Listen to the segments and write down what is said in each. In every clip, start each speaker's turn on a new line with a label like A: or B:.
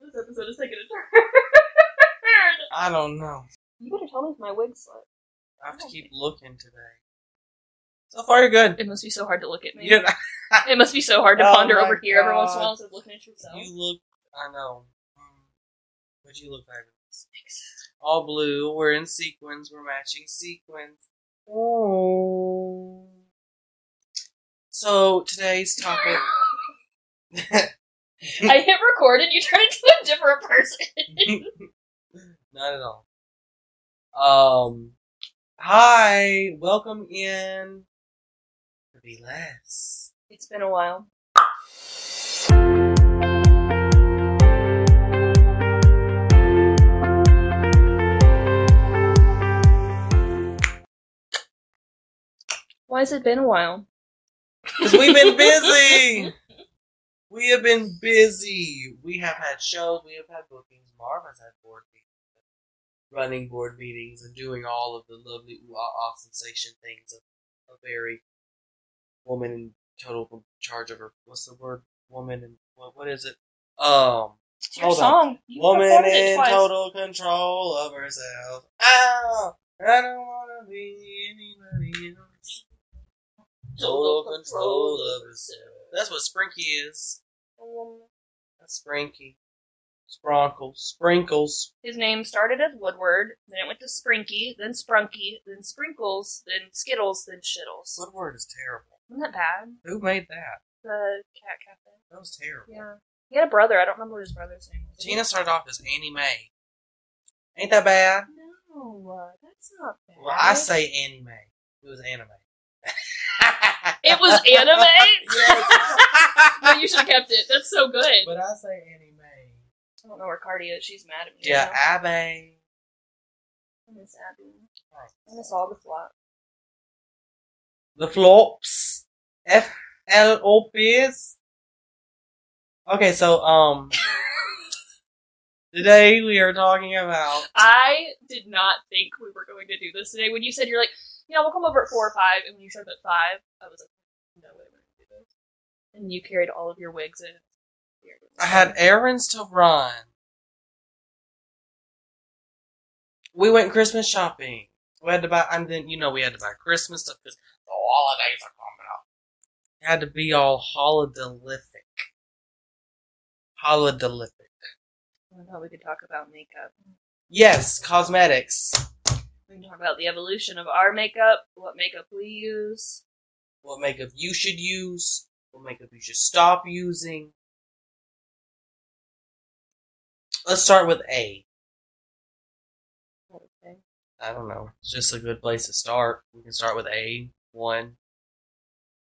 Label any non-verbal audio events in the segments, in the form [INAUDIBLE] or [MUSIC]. A: this episode is taking a turn.
B: I don't know.
A: you better tell me if my wig slipped.
B: I have to keep looking today. So far, you're good.
A: It must be so hard to look at me.
B: You, [LAUGHS] don't-
A: It must be so hard to
B: Oh
A: ponder
B: my
A: over here every once in a
B: God.
A: while instead of looking at yourself.
B: you look. I know. Mm. But you look fabulous. All blue. We're in sequins. We're matching sequins. Oh. So today's topic. [LAUGHS]
A: [LAUGHS] I hit record and you turn into a different person.
B: Not at all. Um, hi, welcome in. To be less.
A: It's been a while. Why has it been a while?
B: Cause we've been busy. [LAUGHS] we have been busy. We have had shows. We have had bookings. Marv has had board meetings, running board meetings, and doing all of the lovely ooh ah ah sensation things of a very woman in total com- charge of her. What's the word? Woman and what? What is it? Um.
A: It's your
B: Hold on.
A: song. You
B: Woman
A: performed it
B: in
A: twice.
B: total control of herself. Ow! I don't want to be anybody else. Total control of herself. That's what Sprinky is. That's Sprinky. Sprinkle. Sprinkles.
A: His name started as Woodward, then it went to Sprinky, then Sprunky, then Sprinkles, then Skittles, then Shittles.
B: That word is terrible.
A: Isn't that bad?
B: Who made that?
A: The cat cafe.
B: That was terrible.
A: Yeah. He had a brother. I don't remember what his brother's name was.
B: Tina started off as Annie Mae. Ain't that bad?
A: No, that's not bad.
B: Well, I say Annie Mae. It was anime.
A: [LAUGHS] It
B: [LAUGHS]
A: was anime?
B: yes.
A: no, you should have kept it. That's so good. I
B: But I say Annie Mae.
A: don't know where Cardi is. She's mad at me.
B: Yeah,
A: now.
B: I Abby.
A: I miss Abby. I miss all the flop.
B: The flops. F L O P S. Okay, so um, today we are talking about
A: I did not think we were going to do this today. When you said you're like, yeah, we'll come over at four or five, and when you showed up at five, I was like, no way we're going to do this. And you carried all of your wigs in.
B: I had errands to run. We went Christmas shopping. We had to buy, and then you know we had to buy Christmas stuff because the holidays are coming up. It had to be all holidaylific. Holidaylific.
A: I thought we could talk about makeup.
B: Yes, cosmetics.
A: We can talk about the evolution of our makeup, what makeup we use.
B: what makeup you should use, what makeup you should stop using. Let's start with A.
A: Okay.
B: I don't know. It's just a good place to start. We can start with A one.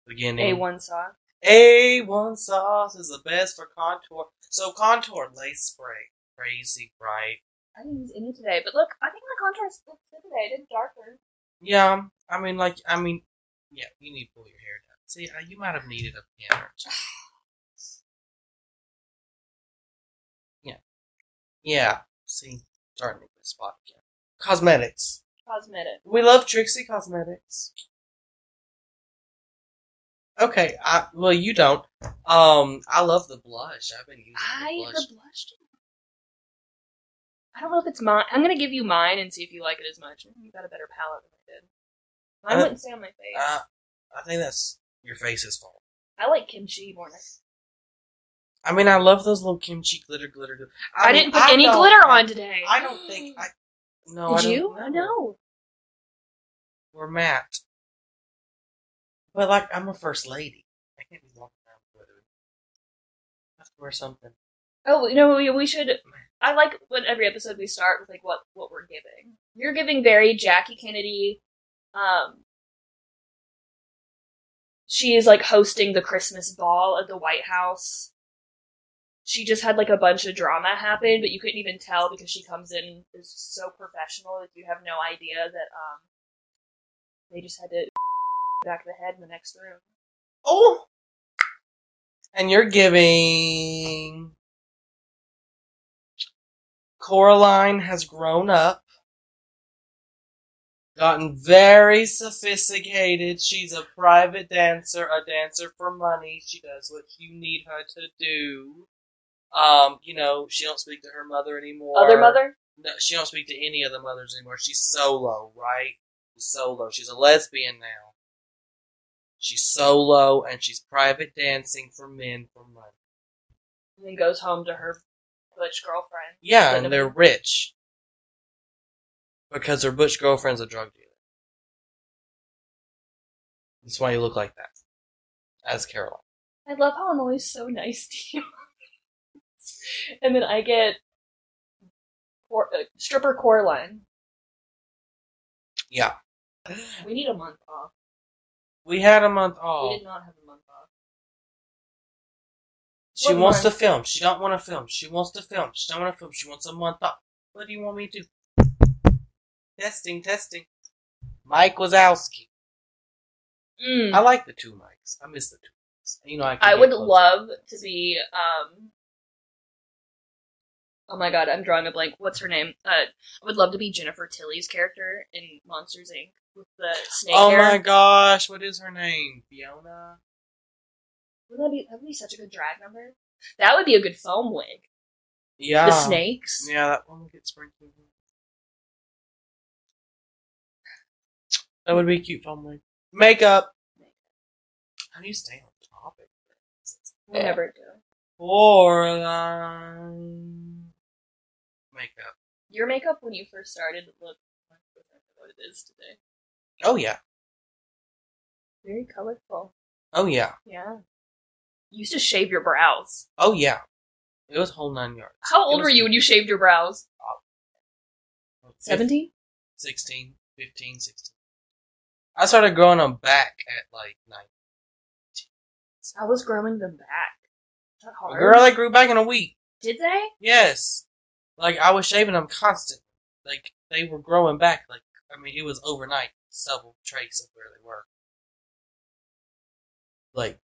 B: Beginning.
A: A1 sock.
B: A1 sauce is the best for contour. So contour lace spray. Crazy, right?
A: I didn't use any today, but look, I think my contrast looks good today. I did darker.
B: Yeah, I mean, like, I mean, yeah, you need to pull your hair down. See, uh, you might have needed a piano. or two. [SIGHS] yeah, yeah. See, starting to get spot again. Cosmetics.
A: Cosmetic.
B: We love Trixie Cosmetics. Okay, I well, you don't. Um, I love the blush. I've been using
A: I
B: the
A: the
B: blush.
A: blush. didn't- I don't know if it's mine. I'm gonna give you mine and see if you like it as much. You got a better palette than I did. Mine
B: Uh,
A: wouldn't stay on my face.
B: Uh, I think that's your face's fault.
A: I like kimchi more. than-
B: I mean, I love those little kimchi glitter, glitter. glitter.
A: I,
B: mean,
A: didn't put
B: I
A: any
B: don't-
A: glitter on today.
B: I don't think I. No,
A: Did
B: I don't
A: you? I know.
B: We're Matt. But like, I'm a first lady. I can't be walking around with glitter. I have to wear something.
A: Oh you know, we, we should. I like when every episode we start with like what what we're giving. You're giving very Jackie Kennedy. Um, she is like hosting the Christmas ball at the White House. She just had like a bunch of drama happen, but you couldn't even tell because she comes in and is so professional that you have no idea that um they just had to [LAUGHS] back of the head in the next room.
B: Oh. And you're giving. Coraline has grown up. Gotten very sophisticated. She's a private dancer, a dancer for money. She does what you need her to do. Um, you know, she don't speak to her mother anymore.
A: Other mother?
B: No, she don't speak to any of the mothers anymore. She's solo, right? She's solo. She's a lesbian now. She's solo and she's private dancing for men for money.
A: And then goes home to her butch girlfriend.
B: Yeah,
A: Kind of.
B: and they're rich because her butch girlfriend's a drug dealer. That's why you look like that, as Caroline.
A: I love how I'm always so nice to you. [LAUGHS] and then I get cor- uh, stripper Coraline.
B: Yeah,
A: We need a month off.
B: we had a month
A: We
B: off.
A: did not have a month off.
B: She
A: What
B: wants to
A: month?
B: film. She don't want to film. She wants to film. She don't want to film. She wants a month off. What do you want me to do? Testing, testing. Mike Wazowski.
A: Mm.
B: I like the two mics. I miss the two mics. You know, I, can
A: I
B: get
A: would
B: closer.
A: love to be um Oh my god, I'm drawing a blank. What's her name? Uh, I would love to be Jennifer Tilly's character in Monsters Inc. with the snake
B: Oh
A: hair.
B: my gosh, what is her name? Fiona.
A: Wouldn't that be that would be such a good drag number? That would be a good foam wig.
B: Yeah.
A: The snakes.
B: Yeah, that one would get sprinkled. That would be a cute fun one. Makeup. How do you stay on topic?
A: We'll never do.
B: Coraline. Makeup.
A: Your makeup when you first started looked much different than what it is today.
B: Oh yeah.
A: Very colorful.
B: Oh yeah.
A: Yeah. You used to shave your brows.
B: Oh yeah. It was whole nine yards.
A: How old
B: was-
A: were you when you shaved your brows? Seventeen?
B: 16, 15, 16. I started growing them back at like nine.
A: I was growing them back. Is that hard?
B: Girl, they grew back in a week.
A: Did they?
B: Yes. Like I was shaving them constantly. Like they were growing back. Like I mean, it was overnight. Several trace of where they were. Like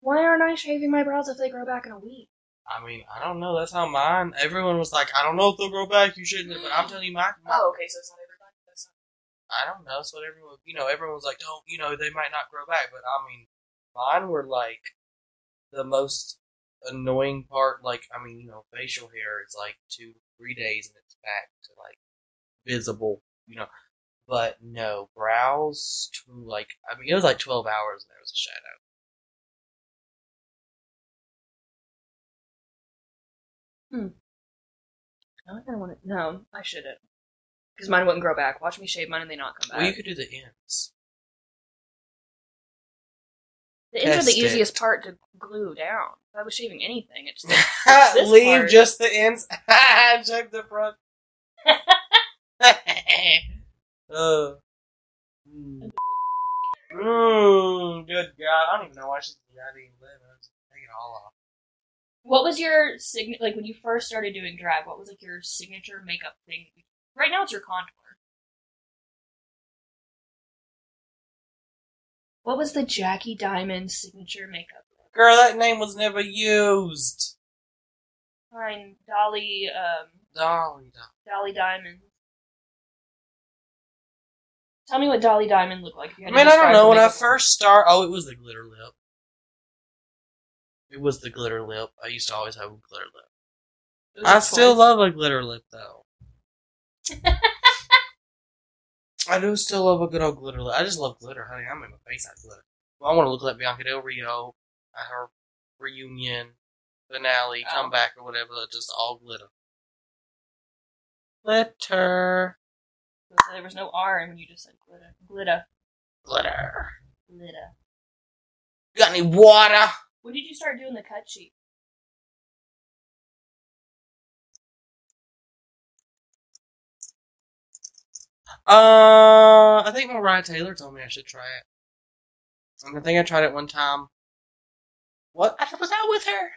A: Why aren't I shaving my brows if they grow back in a week?
B: I mean, I don't know. That's how mine. Everyone was like, I don't know if they'll grow back. You shouldn't. But I'm telling you, my, my
A: Oh, okay, so it's not everybody. That's not-
B: I don't know. That's what everyone, you know, everyone was like, don't, you know, they might not grow back. But I mean, mine were like the most annoying part. Like, I mean, you know, facial hair is like two, three days and it's back to like visible, you know. But no, brows to like, I mean, it was like 12 hours and there was a shadow.
A: I don't kinda want to. No, I shouldn't. Because mine wouldn't grow back. Watch me shave mine and they not come back.
B: Well, you could do the ends.
A: the ends are the
B: test it.
A: easiest part to glue down. If I was shaving anything, it's
B: [LAUGHS]
A: just This
B: Leave
A: part.
B: just the ends. [LAUGHS] Check the front. [LAUGHS] uh. Mm. Mm, good God. I don't even know why she's not even live. I just take it all off.
A: What was your sign? Like when you first started doing drag, what was like your signature makeup thing? Right now, it's your contour. What was the Jackie Diamond signature makeup? look?
B: Girl, that name was never used.
A: Fine, Dolly, um,
B: Dolly, Dolly.
A: Dolly Diamond. Tell me what Dolly Diamond looked like. if you had
B: I
A: to
B: mean, I don't
A: describe
B: know.
A: the
B: When I
A: makeup.
B: first start, oh, it was the glitter lip. It was the glitter lip. I used to always have a glitter lip.
A: It was
B: I
A: your
B: still
A: choice.
B: love a glitter lip though. [LAUGHS] I do still love a good old glitter lip. I just love glitter, honey. I'm in my face. I glitter. Well, I want to look like Bianca Del Rio at her reunion finale,
A: Oh.
B: comeback, or whatever. Just all glitter. Glitter,
A: There was no R, and you just said glitter, glitter,
B: glitter.
A: glitter.
B: You got any water?
A: When did you start doing the cut sheet?
B: Uh, I think Mariah Taylor told me I should try it. And I think I tried it one time. What? I was out with her.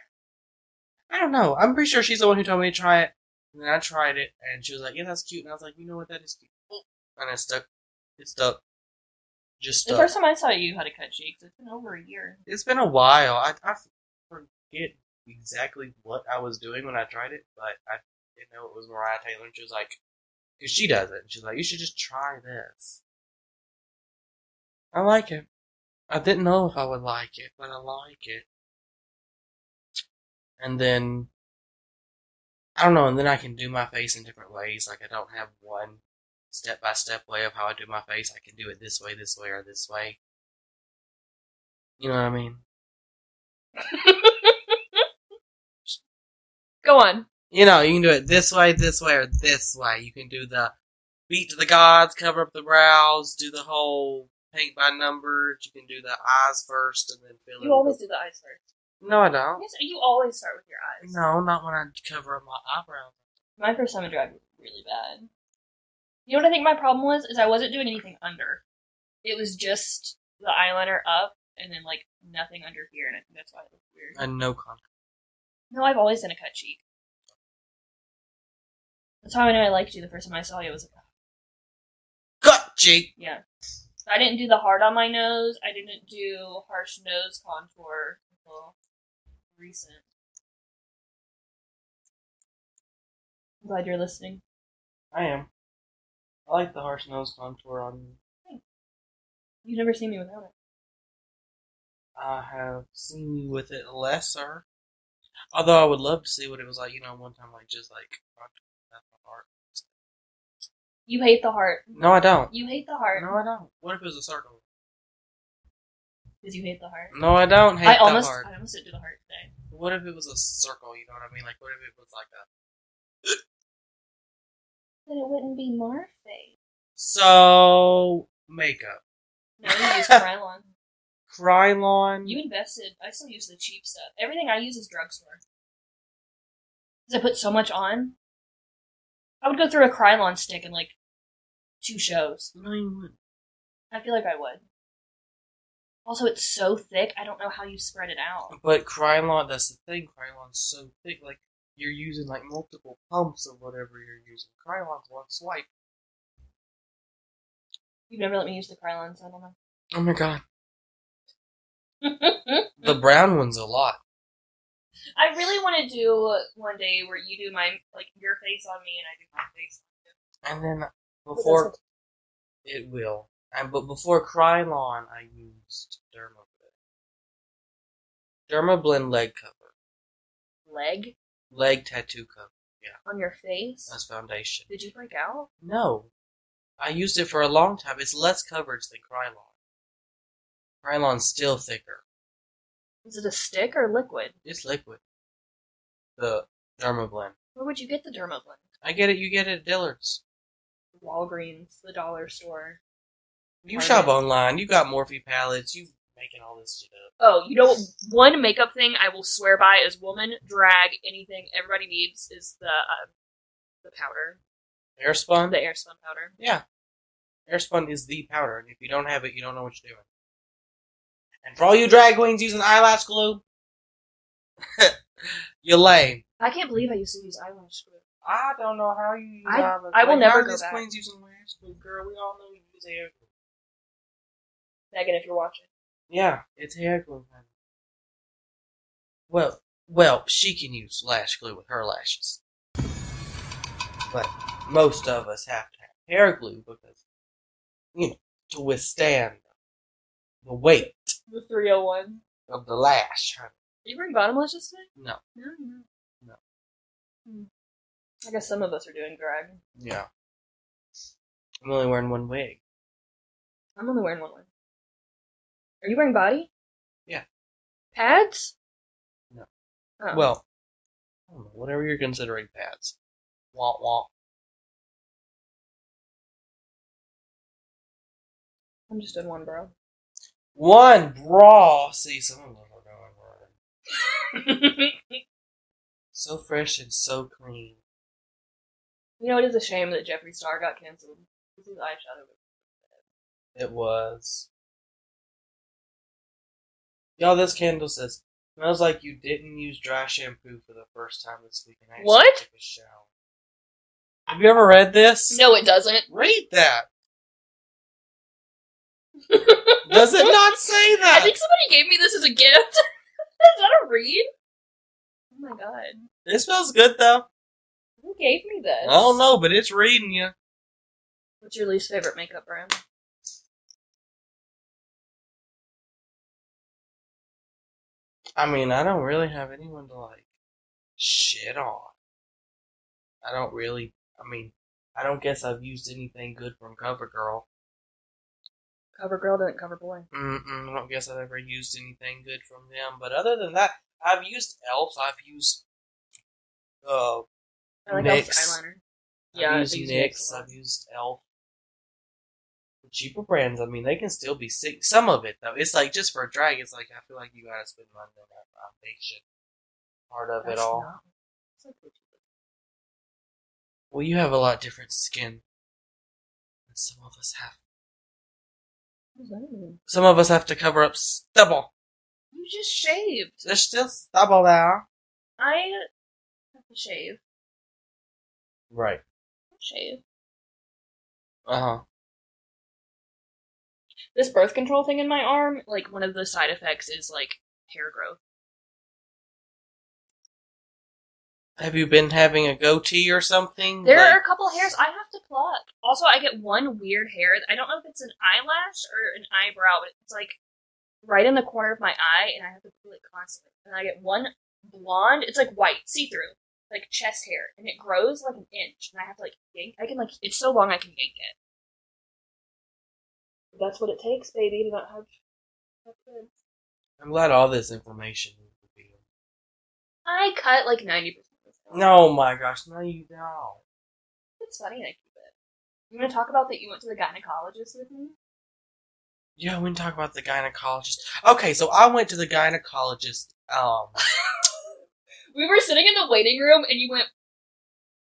B: I don't know. I'm pretty sure she's the one who told me to try it. And then I tried it, and she was like, "Yeah, that's cute." And I was like, "You know what? That is cute." And it stuck. It stuck. Just
A: The
B: stuck.
A: first time I saw you had a cut sheet, 'cause it's been over a year.
B: it's been a while. I, I forget exactly what I was doing when I tried it, but I didn't know it was Mariah Taylor. And she was like, "Cause she does it." And she's like, "You should just try this." I like it. I didn't know if I would like it, but I like it. And then I don't know, and then I can do my face in different ways. Like I don't have one step by step way of how I do my face. I can do it this way, this way, or this way. You know what I mean?
A: Go on.
B: You know, you can do it this way, this way, or this way. You can do the beat to the gods, cover up the brows, do the whole paint by numbers. You can do the eyes first, and then fill in.
A: You always do the eyes first.
B: the- no, I don't.
A: Yes, you always start with your eyes.
B: No, not when I cover up my eyebrows.
A: My first time I drive was really bad. You know what I think my problem was is I wasn't doing anything under. It was just the eyeliner up and then like nothing under here, and I think that's why it looked weird.
B: And no contact.
A: No, I've always done a cut cheek. That's how I knew I liked you. The first time I saw you was like,
B: Gut cheek.
A: yeah. I didn't do the hard on my nose. I didn't do harsh nose contour until recent. I'm glad you're listening.
B: I am. I like the harsh nose contour on you.
A: You've never seen me without it.
B: I have seen you with it lesser. Although I would love to see what it was like, you know, one time, like, just like. that's my heart.
A: You hate the heart.
B: No, I don't.
A: You hate the heart
B: No, I don't. What if it was a circle?
A: because you hate the heart.
B: No, I don't hate
A: I
B: the
A: almost,
B: heart.
A: I almost did do the heart today.
B: What if it was a circle, you know what I mean? Like, what if it was like a.
A: But it wouldn't be Marfay.
B: So. Makeup.
A: No, you use Krylon.
B: Krylon.
A: You invested. I still use the cheap stuff. Everything I use is drugstore. Because I put so much on. I would go through a Krylon stick in like two shows.
B: No, you wouldn't.
A: I feel like I would. Also, it's so thick, I don't know how you spread it out.
B: But Krylon, that's the thing. Krylon's so thick. Like, you're using, like, multiple pumps of whatever you're using. Krylon's one swipe.
A: You've never let me use the Krylon, so I don't
B: Oh my god.
A: know. [LAUGHS]
B: The brown one's a lot.
A: I really want to do one day where you do my, like, your face on me and I do my face
B: And then
A: on you.
B: before it will, and but before Krylon, I used Dermablend. Dermablend leg cover,
A: Leg
B: leg tattoo cover
A: on your face?
B: as foundation.
A: Did you break out?
B: No, I used it for a long time. It's less coverage than Krylon. Krylon's still thicker.
A: Is it a stick or liquid?
B: It's liquid. The Dermablend.
A: Where would you get the derma blend?
B: I get it. You get it at Dillard's.
A: Walgreens, the dollar store.
B: You
A: Right.
B: shop online. You got Morphe palettes. You making all this shit up.
A: Oh, you know what? One makeup thing I will swear by is woman, drag, anything everybody needs is the uh, the powder,
B: Airspun.
A: the air spun powder.
B: Yeah. Airspun is the powder, and if you don't have it, you don't know what you're doing. And for all you drag queens using eyelash glue, [LAUGHS] you're lame.
A: I can't believe I used to use eyelash glue.
B: I don't know how you use
A: I-
B: eyelash
A: I will
B: glue.
A: never
B: How are
A: go
B: these
A: back.
B: queens using eyelash glue, girl. We all know you use hair glue.
A: Megan, if you're watching,
B: Yeah, it's hair glue. honey. Well, well, she can use lash glue with her lashes, but most of us have to have hair glue because, you know, to withstand the weight
A: the 301.
B: of the lash. honey.
A: Did you bring bottom lashes today?
B: No.
A: No, no.
B: No.
A: Hmm. I guess some of us are doing drag.
B: Yeah. I'm only wearing one wig.
A: I'm only wearing one one. Are you wearing body?
B: Yeah.
A: Pads?
B: No.
A: Oh.
B: Well, I don't know, whatever you're considering pads. Womp womp.
A: I'm just in one,
B: [LAUGHS]
A: bro. [LAUGHS]
B: One Oh, bra. See, some of them are going wrong. So fresh and so clean.
A: You know, it is a shame that Jeffree Star got canceled. This is eyeshadow.
B: It was. Y'all, this candle says smells like you didn't use dry shampoo for the first time this week, and I actually
A: What?
B: took a shower. Have you ever read this?
A: No, it
B: [LAUGHS]
A: doesn't.
B: Read that. Does it not say that?
A: [LAUGHS] I think somebody gave me this as a gift. [LAUGHS] is that a read? Oh my god.
B: It smells good though.
A: Who gave me this?
B: I don't know, but it's reading you.
A: What's your least favorite makeup brand?
B: I mean, I don't really have anyone to like shit on. I don't really. I mean, I don't guess I've used anything good from CoverGirl.
A: Cover girl doesn't cover boy.
B: Mm-mm, I don't guess I've ever used anything good from them. But other than that, I've used Elf. I've used uh,
A: I like
B: Nyx.
A: Elf's eyeliner.
B: I've
A: I
B: used
A: think
B: Nyx.
A: a lot.
B: I've used Elf. The cheaper brands, I mean, they can still be sick. Some of it though, it's like just for a drag. It's like I feel like you gotta spend money on that foundation part of
A: That's
B: it all.
A: not- that's not what you-
B: Well, you have a lot different skin than some of us have.
A: what does that mean?
B: Some of us have to cover up stubble.
A: You just shaved.
B: There's still stubble there.
A: I have to shave.
B: Right.
A: Shave.
B: Uh huh.
A: This birth control thing in my arm, like one of the side effects is like hair growth.
B: Have you been having a goatee or something?
A: There
B: Like-
A: are a couple hairs I have to pluck. Also, I get one weird hair. I don't know if it's an eyelash or an eyebrow, but it's like right in the corner of my eye, and I have to pull it constantly. And I get one blonde. It's like white, see through, like chest hair, and it grows like an inch. And I have to like yank. I can like it's so long I can yank it. That's what it takes, baby, to not have. have kids.
B: I'm glad all this information is revealed.
A: I cut like ninety percent. of it.
B: No, my gosh, no, you don't.
A: it's funny. I keep it. You want to talk about that? You went to the gynecologist with me.
B: Yeah, we can talk about the gynecologist. Okay, so I went to the gynecologist.
A: [LAUGHS]
B: Um,
A: We were sitting in the waiting room, and you went,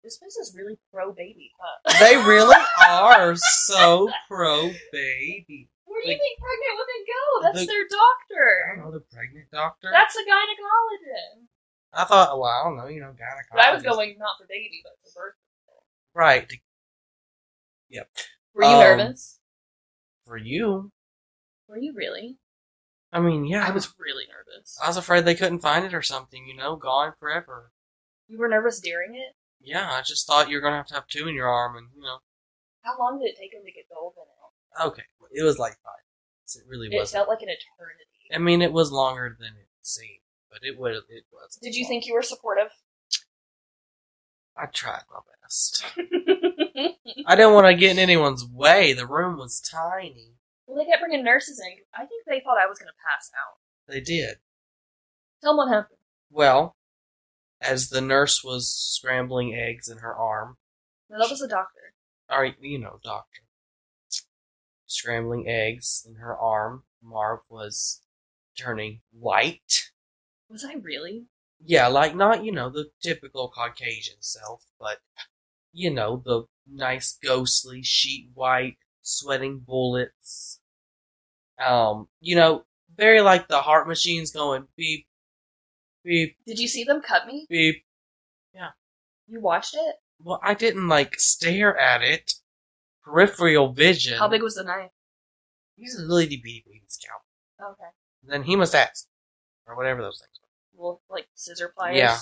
A: "This place is really pro baby, huh?"
B: they really are so pro baby.
A: [LAUGHS] Where do
B: Like-
A: you think pregnant women go? That's
B: The-
A: their
B: I don't
A: doctor.
B: know the pregnant doctor.
A: That's a gynecologist.
B: I thought, well, I don't know, you know, gynecologist.
A: But I was going not for baby, but for birth.
B: right to-
A: Were you
B: Um,
A: nervous?
B: for you.
A: Were you really?
B: I mean, yeah, Uh,
A: I was really nervous.
B: I was afraid they couldn't find it or something. You know, gone forever.
A: You were nervous during it.
B: Yeah, I just thought you were gonna have to have two in your arm, and you know.
A: How long did it take him to get the ovum out?
B: Okay, it was like five. minutes. It really
A: It
B: was.
A: felt like an eternity.
B: I mean, it was longer than it seemed, but it was. It was.
A: Did you think you were supportive?
B: I tried my
A: [LAUGHS]
B: best. I didn't want to get in anyone's way. The room was tiny.
A: well, they kept bringing nurses in. I think they thought I was going to pass out.
B: They did
A: Tell them what happened.
B: well. As the nurse was scrambling eggs in her arm,
A: No, that was the doctor.
B: or you know, doctor, scrambling eggs in her arm, Marv was turning white.
A: Was I really?
B: Yeah, like not, you know, the typical Caucasian self, but you know, the nice ghostly sheet white, sweating bullets. Um, you know, very like the heart machines going beep, beep,
A: Did you see them cut me?
B: beep.
A: You watched it?
B: Well, I didn't like stare at it. Peripheral vision.
A: How big was the knife?
B: He's a lady bee bean scout.
A: Okay.
B: Then he must ask. Or whatever those things
A: Well, like scissor pliers.
B: Yeah.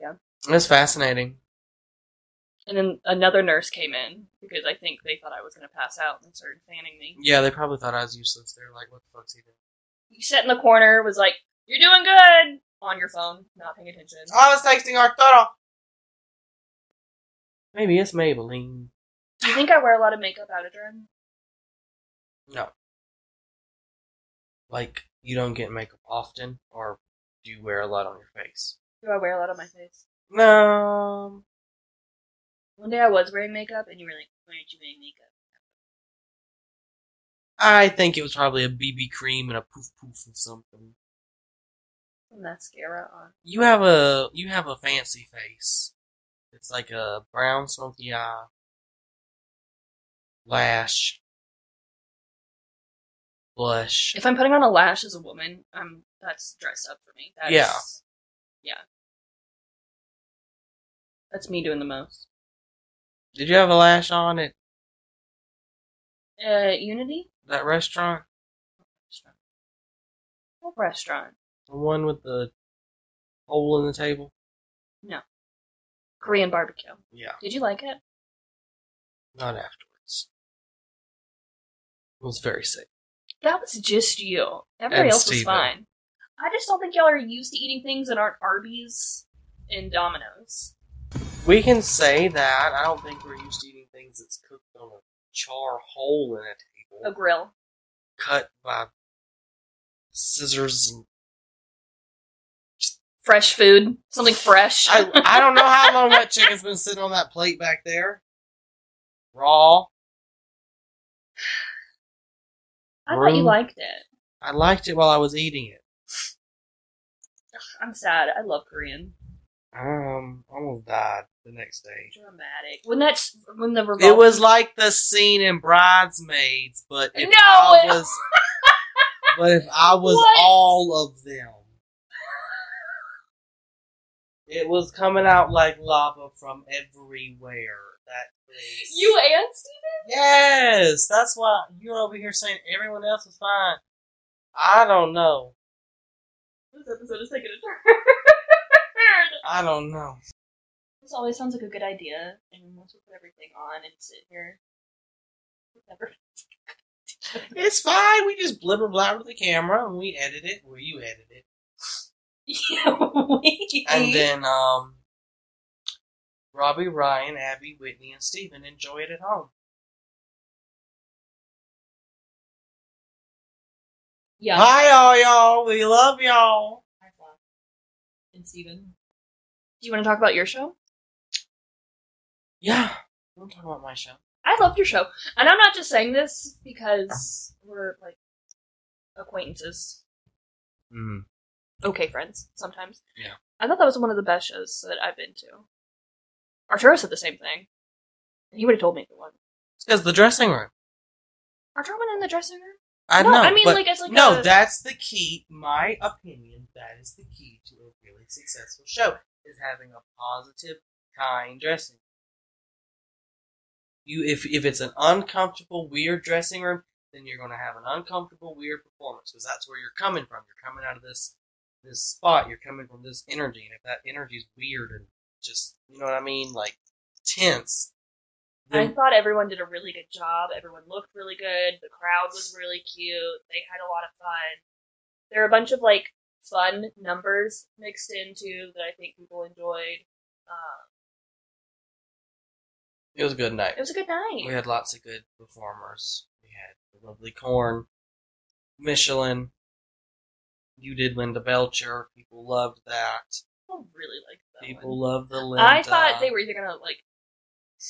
B: were. It's fascinating.
A: And then another nurse came in because I think they thought I was going to pass out and started fanning me.
B: Yeah, they probably thought I was useless. They're like, what the fuck's he doing?
A: He sat in the corner, was like, You're doing good! On your phone, not paying attention.
B: I was texting Arturo. Maybe it's Maybelline.
A: Do you think I wear a lot of makeup out of germ?
B: No. Like, you don't get makeup often, or do you wear a lot on your face?
A: Do I wear a lot on my face?
B: No.
A: One day I was wearing makeup and you were like, Why aren't you wearing makeup?
B: I think it was probably a BB cream and a poof poof or something.
A: And mascara on.
B: You have a you have a fancy face. It's like a brown smoky eye, lash, blush.
A: If I'm putting on a lash as a woman, I'm that's dressed up for me. That's,
B: Yeah.
A: Yeah. That's me doing the most.
B: Did you have a lash on at
A: Uh, Unity?
B: that restaurant?
A: Restaurant. What restaurant?
B: The one with the hole in the table?
A: Korean barbecue.
B: Yeah.
A: Did you like it?
B: Not afterwards. It was very sick.
A: That was just you. Everybody
B: And
A: else was
B: Steven.
A: fine. I just don't think y'all are used to eating things that aren't Arby's in Domino's.
B: We can say that. I don't think we're used to eating things that's cooked on a char hole in a
A: A
B: table,
A: grill.
B: cut by scissors. And
A: Fresh food. Something fresh.
B: I I don't know how long that chicken's been sitting on that plate back there, raw.
A: I thought you
B: Room.
A: liked it.
B: I liked it while I was eating it.
A: I'm sad. I love Korean.
B: Um, almost died the next day.
A: Dramatic. When that's when the revolt
B: It was like the scene in Bridesmaids, but if
A: No,
B: I
A: it-
B: was,
A: [LAUGHS]
B: but if I was
A: What?
B: all of them, it was coming out like lava from everywhere. That place.
A: you and Steven.
B: Yes, that's why you're over here saying everyone else is fine. I don't know.
A: This episode is taking a turn.
B: I don't know.
A: [LAUGHS] This always sounds like a good idea, and once we put everything on and sit here, whatever.
B: It's fine. We just blibber blabber to the camera and we edit it where you edit it.
A: [LAUGHS] Mm-hmm.
B: And then um Robbie, Ryan, Abby, Whitney, and Steven enjoy it at home.
A: yeah,
B: Hi all y'all. We love y'all.
A: and Steven. Do you want to talk about your show?
B: Yeah. We'll talk about my show.
A: I loved your show, and I'm not just saying this because we're like acquaintances,
B: Mm.
A: okay friends sometimes.
B: Yeah.
A: I thought that was one of the best shows that I've been to. Arturo said the same thing. He would have told me if it wasn't.
B: It's because the dressing room.
A: Arturo went in the dressing room.
B: I
A: no,
B: know.
A: I mean
B: but
A: like it's like
B: no,
A: a-
B: that's the key. My opinion, that is the key to a really successful show is having a positive, kind dressing. room. You, if if it's an uncomfortable, weird dressing room, then you're going to have an uncomfortable, weird performance because that's where you're coming from. You're coming out of this this spot. You're coming from this energy, and if that energy is weird and just you know what I mean, like tense,
A: I
B: then
A: thought everyone did a really good job. Everyone looked really good. The crowd was really cute. They had a lot of fun. There were a bunch of like fun numbers mixed into that I think people enjoyed. Uh,
B: it was a good night.
A: it was a good
B: We
A: night.
B: had lots of good performers. We had the lovely Corn, Michelin. You did Linda Belcher. People loved that.
A: People really liked that
B: People uh,
A: one.
B: loved the Linda.
A: I thought they were either gonna like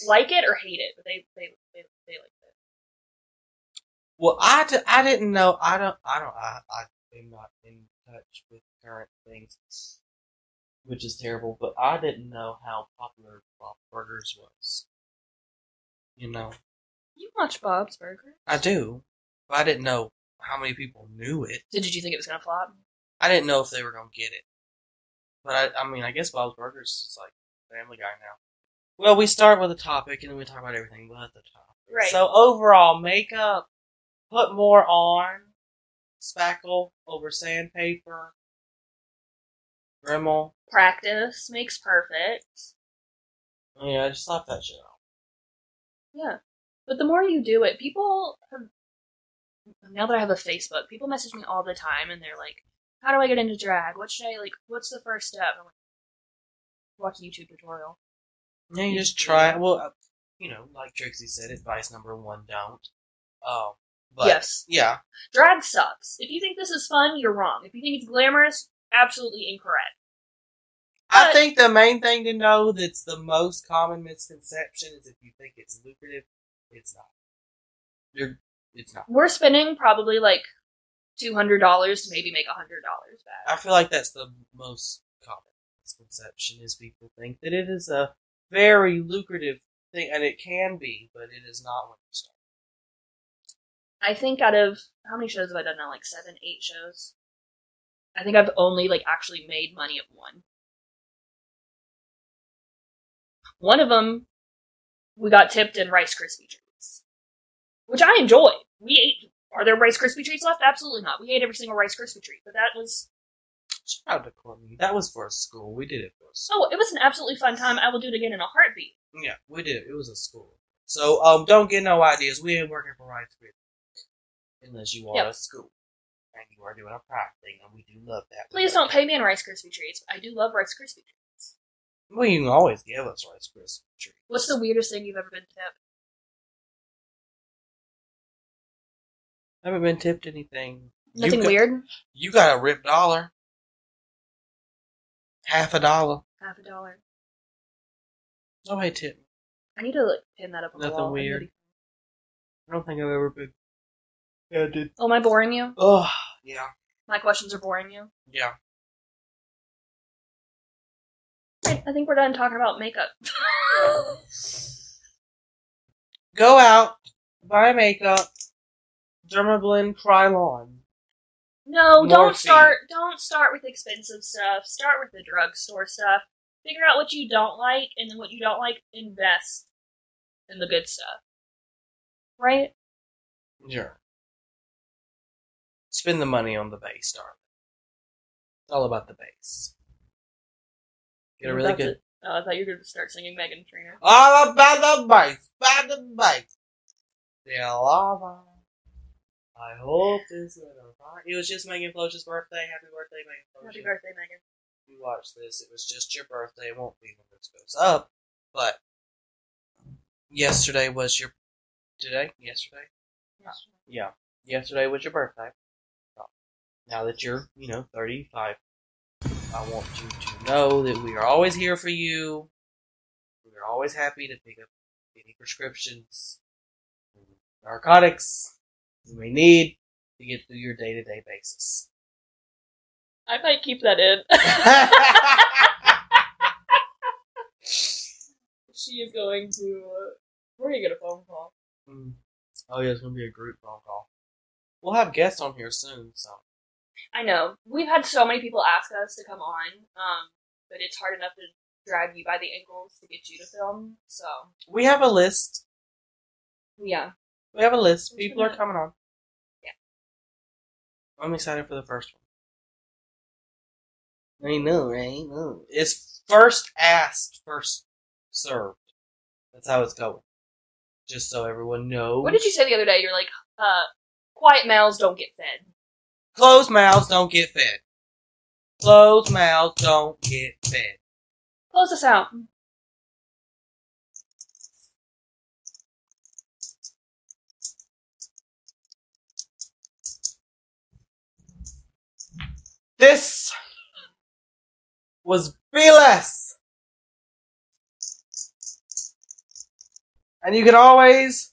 A: like it or hate it, but they they they, they liked it.
B: Well, I, d- I didn't know. I don't. I don't. I, I am not in touch with current things, which is terrible. But I didn't know how popular Bob Burgers was. You know,
A: You watch Bob's Burgers?
B: I do, but I didn't know how many people knew it.
A: Did you think it was gonna flop?
B: I didn't know if they were gonna get it, but I, I mean, I guess Bob's Burgers is like Family Guy now. Well, we start with a topic and then we talk about everything but the topic.
A: Right.
B: So overall, makeup, put more on, spackle over sandpaper, Rimmel.
A: Practice makes perfect.
B: Yeah, just slap that shit off.
A: Yeah. But the more you do it, people have, now that I have a Facebook, people message me all the time and they're like, How do I get into drag? What should I like what's the first step? I'm like watch a YouTube tutorial.
B: Yeah, you just try it. Well, uh, you know, like Trixie said, advice number one: don't. Um, but
A: yes.
B: yeah,
A: Drag sucks. If you think this is fun, you're wrong. If you think it's glamorous, absolutely incorrect.
B: I
A: But-
B: think the main thing to know that's the most common misconception is if you think it's lucrative, it's not. You're, it's not.
A: We're spending probably like two hundred dollars to maybe make a hundred dollars back.
B: I feel like that's the most common misconception is people think that it is a very lucrative thing, and it can be, but it is not when you start.
A: I think out of how many shows have I done now? Like seven, eight shows. I think I've only like actually made money at one. One of them, we got tipped in Rice Krispie treats, which I enjoyed. We ate. Are there Rice Krispie treats left? Absolutely not. We ate every single Rice Krispie treat, but that was
B: Shout out to Courtney. That was for a school. We did it for a school.
A: oh, it was an absolutely fun time. I will do it again in a heartbeat.
B: Yeah, we did. It was a school. So um, don't get no ideas. We ain't working for rights Group unless you are
A: Yep.
B: a school and you are doing a pride thing, and we do love that. We
A: Please
B: love
A: don't pay me in Rice Krispie treats. I do love Rice Krispie treats.
B: Well, you can always give us Rice Krispie treats.
A: What's the weirdest thing you've ever been tipped?
B: I haven't been tipped anything. You
A: Nothing
B: got-
A: weird.
B: You got a rip dollar. Half a dollar.
A: Half a dollar.
B: Nobody tipped me.
A: I need to like pin that up on the
B: Nothing
A: wall. I need
B: weird.
A: to-
B: I don't think I've ever been. Yeah, I did.
A: Oh, am I boring you?
B: Oh, yeah.
A: My questions are boring you.
B: Yeah.
A: Alright, I think we're done talking about makeup. [LAUGHS]
B: Go out, buy makeup, Dermablend Krylon.
A: no, don't
B: Morphine.
A: start. Don't start with expensive stuff. Start with the drugstore stuff. Figure out what you don't like, and then what you don't like, invest in the good stuff. Right?
B: Sure. Spend the money on the base, darling. It's all about the base. Get a really
A: That's
B: good.
A: it. Oh, I thought you were going to start singing Megan Trainor.
B: All about the base, by the base. The lava. I hope this little fire- It was just Megan Floch's birthday. Happy birthday, Megan Floch.
A: Happy birthday, Megan.
B: you watch this, it was just your birthday. It won't be when this goes up, but yesterday was your today. Yesterday, yeah, yesterday was your birthday. Now that you're, you know, 35, I want you to know that we are always here for you. We are always happy to pick up any prescriptions, narcotics you may need to get through your day to day basis.
A: I might keep that
B: [LAUGHS]
A: in. she is going to. Uh, we're going to get a phone call.
B: Mm. Oh yeah, it's gonna be a group phone call. We'll have guests on here soon, so
A: I know. We've had so many people ask us to come on, um, but it's hard enough to drag you by the ankles to get you to film. So,
B: we have a list.
A: yeah.
B: We have a list.
A: There's
B: People are
A: not-
B: coming on.
A: Yeah.
B: I'm excited for the first one. I know, right? Ooh. It's first asked, first served. That's how it's going. Just so everyone knows.
A: What did you say the other day? You're like, uh, quiet mouths don't get fed.
B: Closed mouths don't get fed. Closed mouths don't get fed.
A: Close us out.
B: This was BLS. And you can always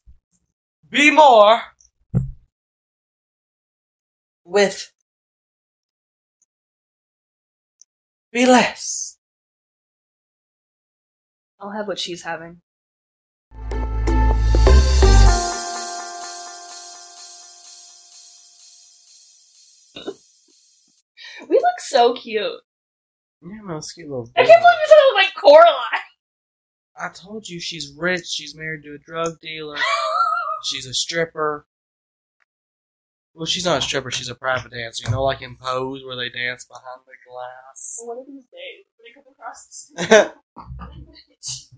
B: be more with be less.
A: I'll have what she's having. we look so cute.
B: Yeah, man, it's a cute little
A: I can't believe you said I look like Coraline. [LAUGHS]
B: I told you she's rich. She's married to a drug dealer. She's a stripper. Well, she's not a stripper. She's a private dancer. You know, like in Pose, where they dance behind the glass.
A: [LAUGHS] One of these days, when I come across
B: I
A: this